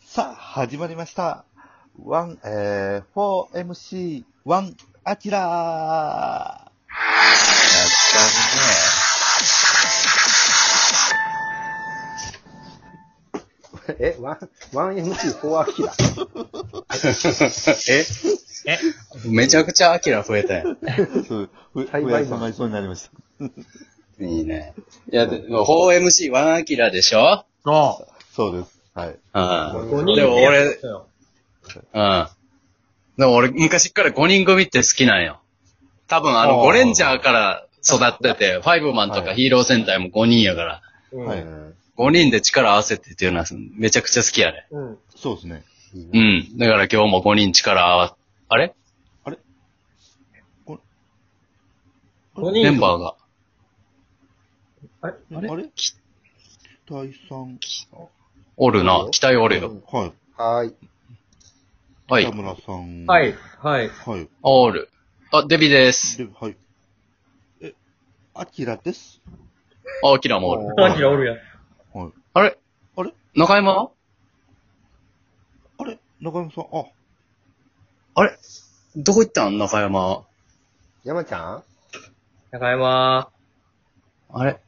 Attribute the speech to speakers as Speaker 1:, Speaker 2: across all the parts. Speaker 1: さあ、始まりました。ワン、えー、4MC、ワン、アキラーや
Speaker 2: え、ワン、ワン MC4 アキラ。
Speaker 3: え
Speaker 4: え
Speaker 3: めちゃくちゃアキラ増えたやん。
Speaker 1: ったね。そう、ふ、
Speaker 2: 栽培
Speaker 1: ふやさまりそうになりました。
Speaker 3: いいね。いや、でも 4MC、ワンアキラでしょ
Speaker 4: そ
Speaker 1: そうです。はい。
Speaker 3: うん。
Speaker 4: う。
Speaker 2: 五人
Speaker 3: でも俺、
Speaker 4: そうよ
Speaker 3: うん。でも俺、昔から5人組って好きなんよ。多分あの、
Speaker 1: あー
Speaker 3: ゴレンジャーから育ってて、ファイブマンと
Speaker 1: は
Speaker 3: か
Speaker 1: い
Speaker 3: ヒーロー戦隊も5人やから、
Speaker 2: うん
Speaker 1: はい
Speaker 3: 5人で力合わせてっていうのはめちゃくちゃ好きやね。
Speaker 2: うん。
Speaker 1: そうですね。
Speaker 2: いいな
Speaker 3: うん。だから今日も5人力合わ、あれ
Speaker 4: 五
Speaker 3: メン
Speaker 4: 人、
Speaker 3: バーが。
Speaker 2: あれ
Speaker 1: あれ期待さん。
Speaker 3: おるな。期待おるよ。
Speaker 1: はい。
Speaker 2: はーい。
Speaker 3: はい
Speaker 1: 北。村さん。
Speaker 4: はい、はい。
Speaker 1: はい。
Speaker 3: おる。あ、デビです。
Speaker 1: で、はい。え、アキラです。
Speaker 3: あ、アキラもおる。
Speaker 4: アキラおるやん。
Speaker 1: はい。
Speaker 3: あれ
Speaker 1: あれ
Speaker 3: 中山は
Speaker 1: あれ中山さん、あ、
Speaker 3: あれどこ行ったん中山。
Speaker 2: 山ちゃん
Speaker 4: 中山、
Speaker 3: あれ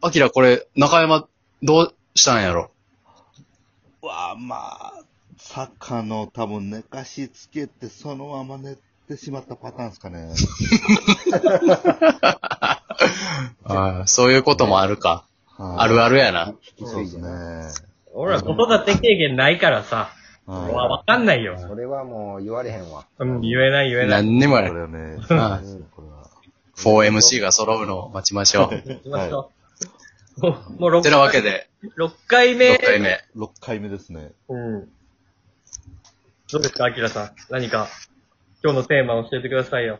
Speaker 3: アキラこれ、中山、どうしたんやろ
Speaker 1: わあ、まあ、サッカーの多分寝かしつけて、そのまま寝てしまったパターンですかね。
Speaker 3: ああ、そういうこともあるか。あ
Speaker 1: あ
Speaker 3: るあるやな。
Speaker 1: そうですね。
Speaker 4: 俺ら子育て経験ないからさ、
Speaker 1: うん
Speaker 4: わわかんないよ。
Speaker 2: それはもう言われへんわ。
Speaker 4: うん、言えない言えない。
Speaker 3: 何にもあ
Speaker 1: これ
Speaker 3: る。
Speaker 1: はね、
Speaker 3: あ
Speaker 1: これは。
Speaker 3: 4MC が揃うのを待ちましょう。
Speaker 4: 行きましょう。もうもう
Speaker 3: て
Speaker 4: 6
Speaker 3: なわけで、
Speaker 4: 回目。
Speaker 3: 6回目。
Speaker 1: 6回目ですね。
Speaker 4: うん。どうですか、アキラさん。何か、今日のテーマを教えてくださいよ。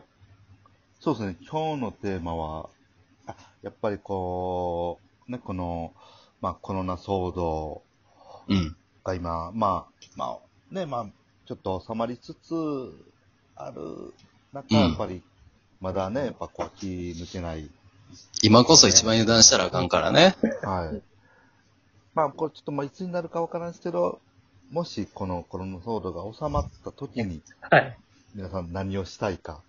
Speaker 1: そうですね、今日のテーマは、あやっぱりこう、ね、この、まあ、コロナ騒動
Speaker 3: うん。
Speaker 1: が今、まあ、まあ、ね、まあ、ちょっと収まりつつある中、
Speaker 3: うん
Speaker 1: やっぱり、まだね、やっぱこう、気抜けない
Speaker 3: 今こそ一番油断したらあかんからね。
Speaker 1: はい。まあ、これちょっとまあ、いつになるかわからんですけど、もしこのコロナ騒動が収まった時に、
Speaker 4: はい。
Speaker 1: 皆さん何をしたいか。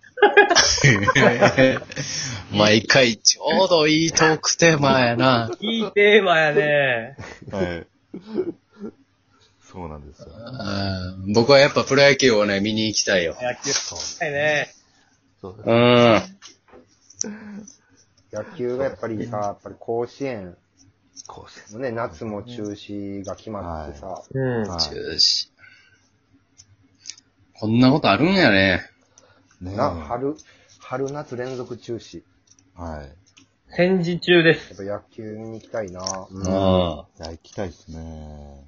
Speaker 3: 毎回ちょうどいいトークテーマやな。
Speaker 4: いいテーマやね。
Speaker 1: はい。そうなんですよ。
Speaker 3: うん僕はやっぱプロ野球をね、見に行きたいよ。
Speaker 4: 野球したいね。
Speaker 1: そうです。
Speaker 3: うん。
Speaker 2: 野球がやっぱりさ、やっぱり甲子園
Speaker 1: こうして
Speaker 2: もね、夏も中止が決まってさ、
Speaker 4: うん。
Speaker 1: は
Speaker 3: 中止。こんなことあるんやね。
Speaker 1: い。ねえ
Speaker 2: な、春、春夏連続中止。
Speaker 1: はい。
Speaker 4: 戦時中です。
Speaker 2: やっぱ野球見に行きたいな
Speaker 1: う
Speaker 3: うんん。
Speaker 1: い
Speaker 3: あ
Speaker 1: や、行きたいですね。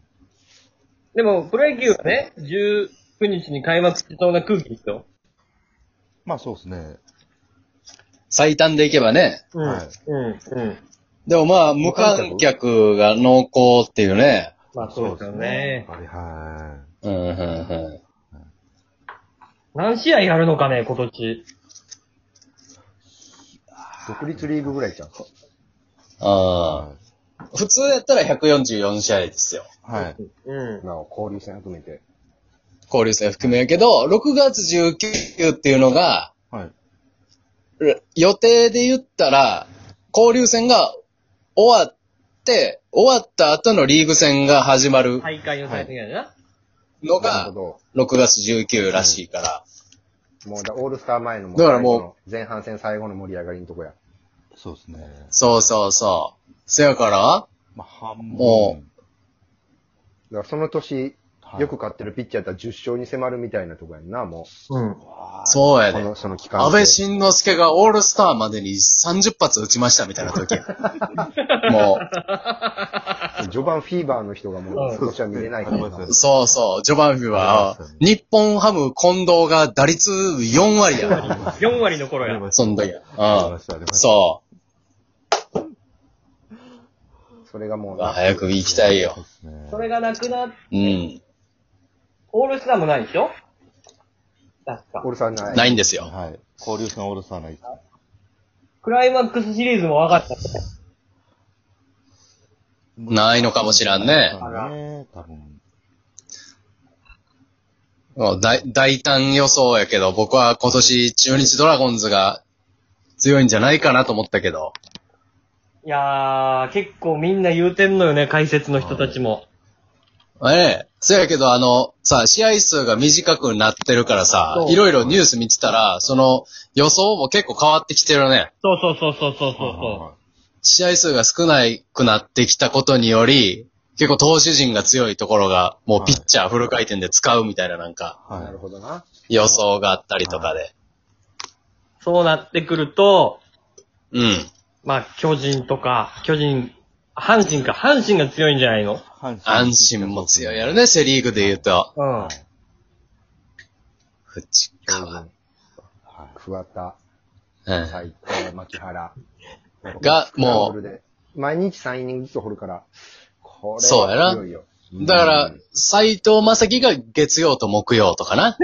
Speaker 4: でも、プロ野球はね、19日に開幕しそうな空気ですよ。
Speaker 1: まあ、そうですね。
Speaker 3: 最短でいけばね。
Speaker 4: うん。
Speaker 1: はい
Speaker 4: うん。うん。
Speaker 3: でもまあ、無観客が濃厚っていうね。
Speaker 4: まあそうですよね。
Speaker 1: はい、は
Speaker 3: うん、うん、うん。
Speaker 4: 何試合やるのかね、今年。
Speaker 2: 独立リーグぐらいじゃん。
Speaker 1: い。
Speaker 3: あ
Speaker 1: は
Speaker 3: あ。普通やったら144試合ですよ。
Speaker 1: い。はい。
Speaker 4: うん。
Speaker 2: なお、交流戦含めて。
Speaker 3: 交流戦含めやけど、6月19っていうのが、
Speaker 1: はい。
Speaker 3: 予定で言ったら、交流戦が終わって、終わった後のリーグ戦が始まる
Speaker 4: 大会の大会やな。
Speaker 3: の
Speaker 2: なる
Speaker 3: が、
Speaker 2: ほ
Speaker 3: 6月19らしいから。
Speaker 2: ど。もうだ、オールスター前のもう
Speaker 3: だからもう
Speaker 2: 最後の前半戦最後の盛り上がりのとこや。
Speaker 1: そうですね。
Speaker 3: そうそうそう。せやから、
Speaker 1: まあ、半分。
Speaker 3: も
Speaker 2: だからその年、
Speaker 1: はい
Speaker 2: よく勝ってるピッチャーやったら10勝に迫るみたいなとこやんな、も
Speaker 4: うん。
Speaker 3: そうや
Speaker 2: う。こ
Speaker 3: で
Speaker 2: の、。その期間。
Speaker 3: 安倍晋之助がオールスターまでに30発打ちましたみたいな 時。も
Speaker 2: 序盤フィーバーの人がもう、今年は見れないからな。
Speaker 3: う、そうそう、ジョバンフィは、日本ハム近藤が打率4割や。
Speaker 4: 4割の頃や。
Speaker 3: そん時。
Speaker 1: あり
Speaker 3: う
Speaker 1: ま
Speaker 3: ん。
Speaker 1: した、ありました。
Speaker 3: そ
Speaker 2: それがもう
Speaker 3: う。
Speaker 2: な、
Speaker 3: 早く行きたい
Speaker 1: そう
Speaker 3: よ
Speaker 1: っ。すね
Speaker 4: それがなくなっ、
Speaker 3: うん。
Speaker 4: オールスターもないでしょ確か
Speaker 2: オー。ルさんない。
Speaker 3: ないんですよ。
Speaker 1: はい。交流戦オールスターない。
Speaker 4: クライマックスシリーズも分かった。
Speaker 3: ないのかもしらんね。
Speaker 1: ね。多分。
Speaker 3: もう大大胆予想やけど、僕は今年中日ドラゴンズが強いんじゃないかなと思ったけど。
Speaker 4: いやー、結構みんな言うてんのよね、解説の人たちも。
Speaker 3: ええ。そやけど、あの、さ、試合数が短くなってるからさ
Speaker 4: そ、う
Speaker 3: いろいろニュース見てたら、その予想も結構変わってきてるね。
Speaker 4: そうそうそうそうそうそ
Speaker 3: 試合数が少なくなってきたことにより、結構投手陣が強いところが、もうピッチャーフル回転で使うみたいななんか、
Speaker 1: はい。
Speaker 2: なるほどな。
Speaker 3: 予想があったりとかで。
Speaker 4: う。そうなってくると、
Speaker 3: うん。
Speaker 4: まあ、巨人とか、巨人、阪神か、阪神が強いんじゃないの
Speaker 1: 阪神
Speaker 3: 安心も強いやろね、セリーグで言うと。
Speaker 4: うん。
Speaker 3: 藤川。
Speaker 1: は
Speaker 2: 桑田、
Speaker 3: うん。
Speaker 2: 斎藤、牧原。
Speaker 3: が、も
Speaker 2: う、毎日3イニングずつ掘るから、これ、
Speaker 3: そうやなう、だから、斎藤正樹が月曜と木曜とかな。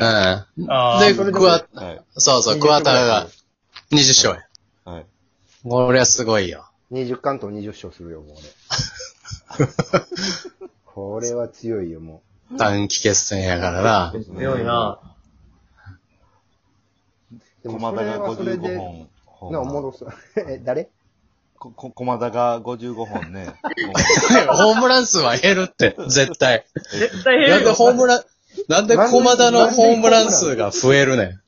Speaker 4: あ
Speaker 3: うん。で、
Speaker 4: ー
Speaker 2: それでも
Speaker 3: 桑田、
Speaker 1: い。はい。
Speaker 3: そうそう、桑田が20勝や。
Speaker 1: はい。
Speaker 3: こりゃすごいよ。
Speaker 2: 20関東20勝するよ、もう 俺。これは強いよ、も
Speaker 3: 短期決戦やからな。
Speaker 4: 強いな。
Speaker 2: う。でも、
Speaker 1: 駒
Speaker 2: そ
Speaker 1: 田
Speaker 2: れ
Speaker 1: が
Speaker 2: はそれ
Speaker 1: 55
Speaker 2: で、
Speaker 1: 本。ホーム
Speaker 2: な、
Speaker 1: ラン
Speaker 2: おもろそう。 え、誰
Speaker 1: こ、こ、駒田が55本 ね。
Speaker 3: ホームラン数は減るって、絶対。
Speaker 4: 絶対
Speaker 3: な
Speaker 4: 減
Speaker 3: ん
Speaker 4: る
Speaker 3: で
Speaker 4: よ。
Speaker 3: ホームラン、なんで駒田のホームラン数が増えるねん。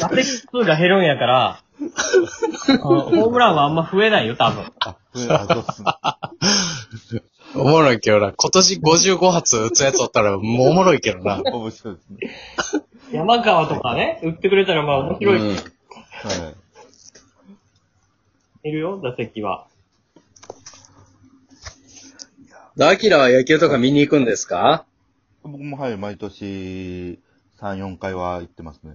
Speaker 4: 打席数が減るんや から、あのホームランはあんま増えないよ、多分。
Speaker 1: あ、ふあ、そうっすね。
Speaker 3: おもろいけどな。今年55発打つやつおったら、もうおもろいけどな。
Speaker 1: 面白いですね。
Speaker 4: 山川とかね、打ってくれたらまあ面白い。
Speaker 3: うん
Speaker 1: はい。
Speaker 4: いるよ、打席は。
Speaker 3: アキラは野球とか見に行くんですか
Speaker 1: 僕もはい、毎年3、4回は行ってますね。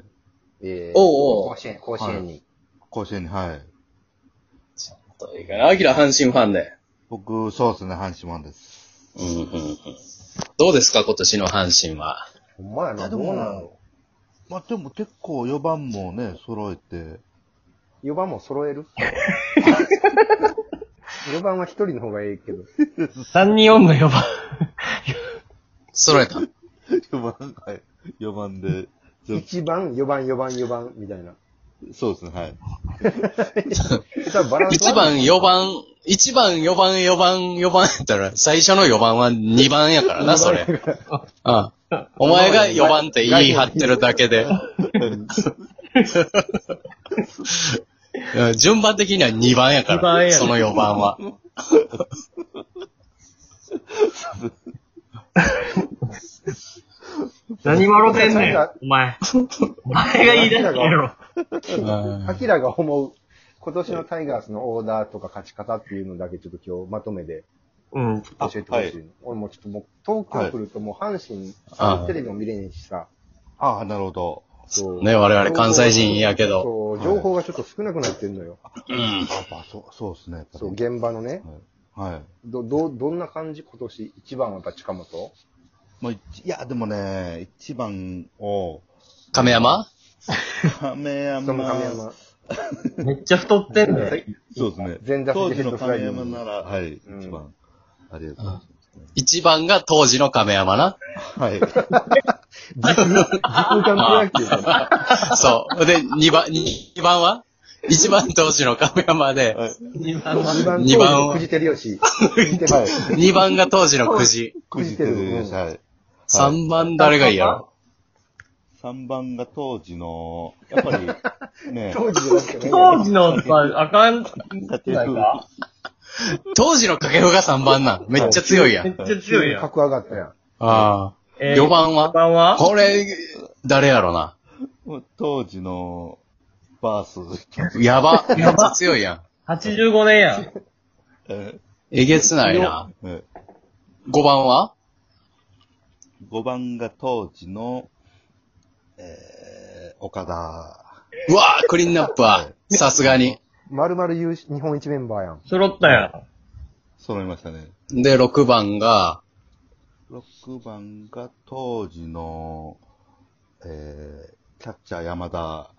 Speaker 2: えー
Speaker 3: おうおう
Speaker 2: 甲子園、甲子園に。
Speaker 1: 甲子園に、はい。
Speaker 3: いいかな。アキラ阪神ファンで。
Speaker 1: 僕、そうですね、阪神マンです。
Speaker 3: うんうんうん。どうですか今年の阪神は。
Speaker 2: ほんまや
Speaker 1: い
Speaker 2: な、
Speaker 1: や
Speaker 2: ど
Speaker 1: で
Speaker 2: う
Speaker 1: も
Speaker 2: なの
Speaker 1: まあ、でも結構4番もね、揃え て、
Speaker 2: ?4 番も揃 える ?4 番は1人の方がええけど。
Speaker 4: 3、2、4の4番。
Speaker 3: 揃えた。
Speaker 1: 4番、はい。4番で、
Speaker 2: 1番、4番、4番、4番、みたいな。
Speaker 1: そうですね、 はい。
Speaker 2: 多分バランス悪い
Speaker 3: 1番、4番、1番、4番、4番、4番やったら、最初の4番は2番やからな、それ。うん。お前が4番って言い張ってるだけで。うん順番的には2番やか
Speaker 4: 二番や
Speaker 3: ら、
Speaker 4: ね
Speaker 3: その4番は。
Speaker 4: 何笑てんね
Speaker 2: なん
Speaker 4: ん
Speaker 2: か、
Speaker 4: お前。お前が言い出したや
Speaker 3: う
Speaker 4: ろ。
Speaker 3: ん
Speaker 2: アキラが思う、今年のタイガースのオーダーとか勝ち方っていうのだけちょっと今日まとめで
Speaker 4: うん。
Speaker 2: 教えてほしいの。俺もちょっともう、東京来るともう阪神、
Speaker 3: ああ
Speaker 2: テレビも見れねえしさ。
Speaker 1: ああ、なるほど。
Speaker 2: そう
Speaker 3: ね、我々関西人やけど。
Speaker 2: そう、情報がちょっと少なくなってんのよ。
Speaker 3: うん。
Speaker 1: やっぱ、そう、そうですね、やっぱり
Speaker 2: そう、現場のね。
Speaker 1: はい。はい。
Speaker 2: ど、ど、どんな感じ今年一番はやっぱ近本
Speaker 1: まあ、いちいや、でもね、1番を、
Speaker 3: 亀山
Speaker 1: 亀山。
Speaker 2: その亀山。
Speaker 4: めっちゃ太ってんねん。
Speaker 1: そうですね。
Speaker 2: 前座
Speaker 1: 当
Speaker 2: ヘ
Speaker 1: 時
Speaker 2: ッド
Speaker 1: の
Speaker 2: フライ
Speaker 1: 亀
Speaker 2: に
Speaker 1: 山なら、はい、
Speaker 2: うん
Speaker 1: 1番。ありがとうございます。
Speaker 3: 一番が当時の亀山な。
Speaker 1: はい。
Speaker 2: 空間プロ野球かな
Speaker 3: そう。で、二番、二番は一番当時の亀山で、
Speaker 1: はい。
Speaker 4: 2番は。
Speaker 2: 二番
Speaker 3: 二番
Speaker 2: と藤照吉。藤照
Speaker 1: はい。
Speaker 3: 二番が当時のくじ、
Speaker 1: くじてるです。はい。
Speaker 3: 三番誰がいいやろ。
Speaker 1: 3番が当時の、やっぱ り、ね、
Speaker 2: 当時じゃなくて
Speaker 4: 当
Speaker 2: ね。
Speaker 4: 時の、まあ、あかん。
Speaker 1: 縦風
Speaker 4: か
Speaker 3: 当時の掛布が三番なん。めっちゃ強いや
Speaker 4: めっ
Speaker 3: ん。
Speaker 4: ちゃ強いやん。
Speaker 2: 格上がったやん。
Speaker 3: あ
Speaker 4: え
Speaker 3: あ。
Speaker 4: ー
Speaker 3: 四番は
Speaker 4: 四番は
Speaker 3: これ、誰やろな。
Speaker 1: 当時の、バース、
Speaker 3: やば。めっちゃ強いやん。
Speaker 4: 85年やん。
Speaker 1: え
Speaker 3: えげつないな。
Speaker 1: ー、
Speaker 3: 五番は
Speaker 1: 5番が当時の、えー、岡田。
Speaker 3: うわあ、クリーンナップは。さすがに。
Speaker 2: まるまる優勝日本一メンバーやん。
Speaker 4: 揃ったやん。
Speaker 1: 揃いましたね。
Speaker 3: で、六番が、
Speaker 1: 6番が当時 の、えー、キャッチャー山田。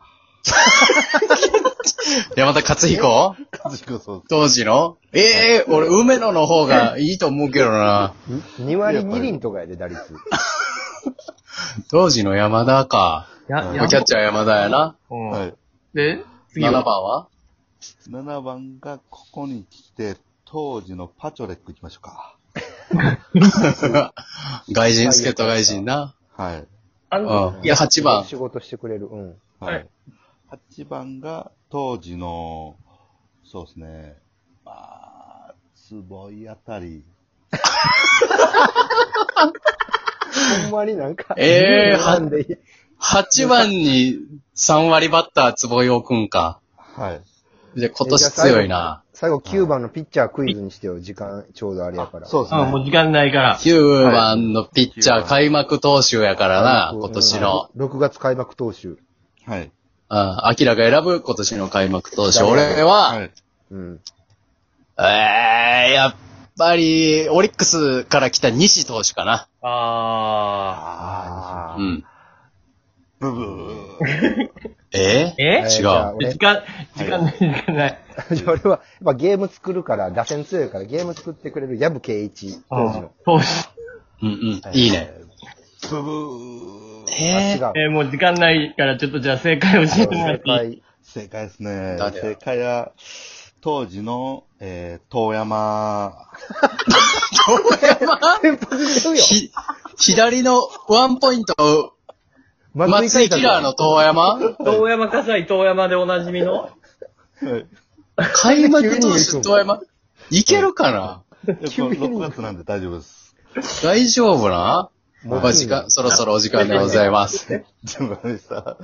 Speaker 3: 山田勝彦
Speaker 1: 和彦そう
Speaker 3: 当時のええ俺、梅野の方がいいと思うけどな。
Speaker 2: 2割2厘とかやで、打率。
Speaker 3: 当時の山田か。
Speaker 4: や、
Speaker 3: キ
Speaker 4: や
Speaker 3: ャッチャー山田やな。
Speaker 4: うん
Speaker 1: はい。
Speaker 4: で、次
Speaker 3: 7番
Speaker 4: は、
Speaker 3: は
Speaker 1: 7番がここに来て、当時のパチョレック行きましょうか。
Speaker 3: 外人、助っ人外人な。
Speaker 1: はい。
Speaker 2: あ
Speaker 3: うんいや8番
Speaker 2: 仕事してくれる。うん。
Speaker 1: はい
Speaker 4: は。
Speaker 1: 8番が当時の、そうですね、まあ、坪井あたり。
Speaker 2: ほんまになんか、
Speaker 3: ええ
Speaker 2: なんで、
Speaker 3: 8番に3割バッター坪井をくんか。
Speaker 1: はい。
Speaker 3: じゃ、今年強いな。
Speaker 2: 最後9番のピッチャークイズにしてよ、時間ちょうどあれやから。
Speaker 1: そう
Speaker 2: う。
Speaker 1: です
Speaker 4: あも
Speaker 1: ね。
Speaker 4: う時間ないから。
Speaker 3: 9番のピッチャー開幕投手やからな、
Speaker 2: うん
Speaker 3: 今年の。。
Speaker 2: 6月開幕投手。
Speaker 1: はい。
Speaker 3: うん、明らか選ぶ今年の開幕投手。
Speaker 2: 誰
Speaker 3: 俺は、
Speaker 1: い。
Speaker 2: うん。
Speaker 3: えー、やっぱり、オリックスから来た西投手かな。
Speaker 4: あ
Speaker 1: ああ
Speaker 3: う
Speaker 2: あー
Speaker 3: ん。
Speaker 1: ブブー。
Speaker 3: え
Speaker 4: ー。え
Speaker 3: 違
Speaker 2: ー
Speaker 3: う
Speaker 2: じゃあ俺
Speaker 4: 時間、時間ない、時間ない。
Speaker 2: じ ゃあ俺は、やっぱゲーム作るから、打線強いから、ゲーム作ってくれる矢部圭一、当時の。
Speaker 4: 当時。
Speaker 3: うんうん。いいね。
Speaker 1: ブブー。
Speaker 2: あ、違
Speaker 3: えー、
Speaker 2: う。
Speaker 4: えー、もう時間ないから、ちょっとじゃあ正解教えてもらっ
Speaker 2: 正
Speaker 4: てい
Speaker 2: 解。
Speaker 4: い
Speaker 1: 正解ですね。
Speaker 3: 誰や
Speaker 1: 正解は、当時の、えー、遠山。
Speaker 2: 先発してるよ。
Speaker 3: ひ、左のワンポイント、松井キラーの遠 山
Speaker 4: 遠山火災、遠山でおなじみの
Speaker 1: はい。
Speaker 3: 開幕投手遠山いけるかな
Speaker 1: 6月なんで大丈夫です。
Speaker 3: 大丈夫な
Speaker 2: もう
Speaker 3: お時間、そろそろお時間でございます。
Speaker 1: 全部あれでした。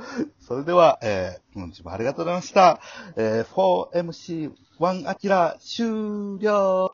Speaker 1: それでは、えー、本日もありがとうございました。えー、4MC1 アキラ終了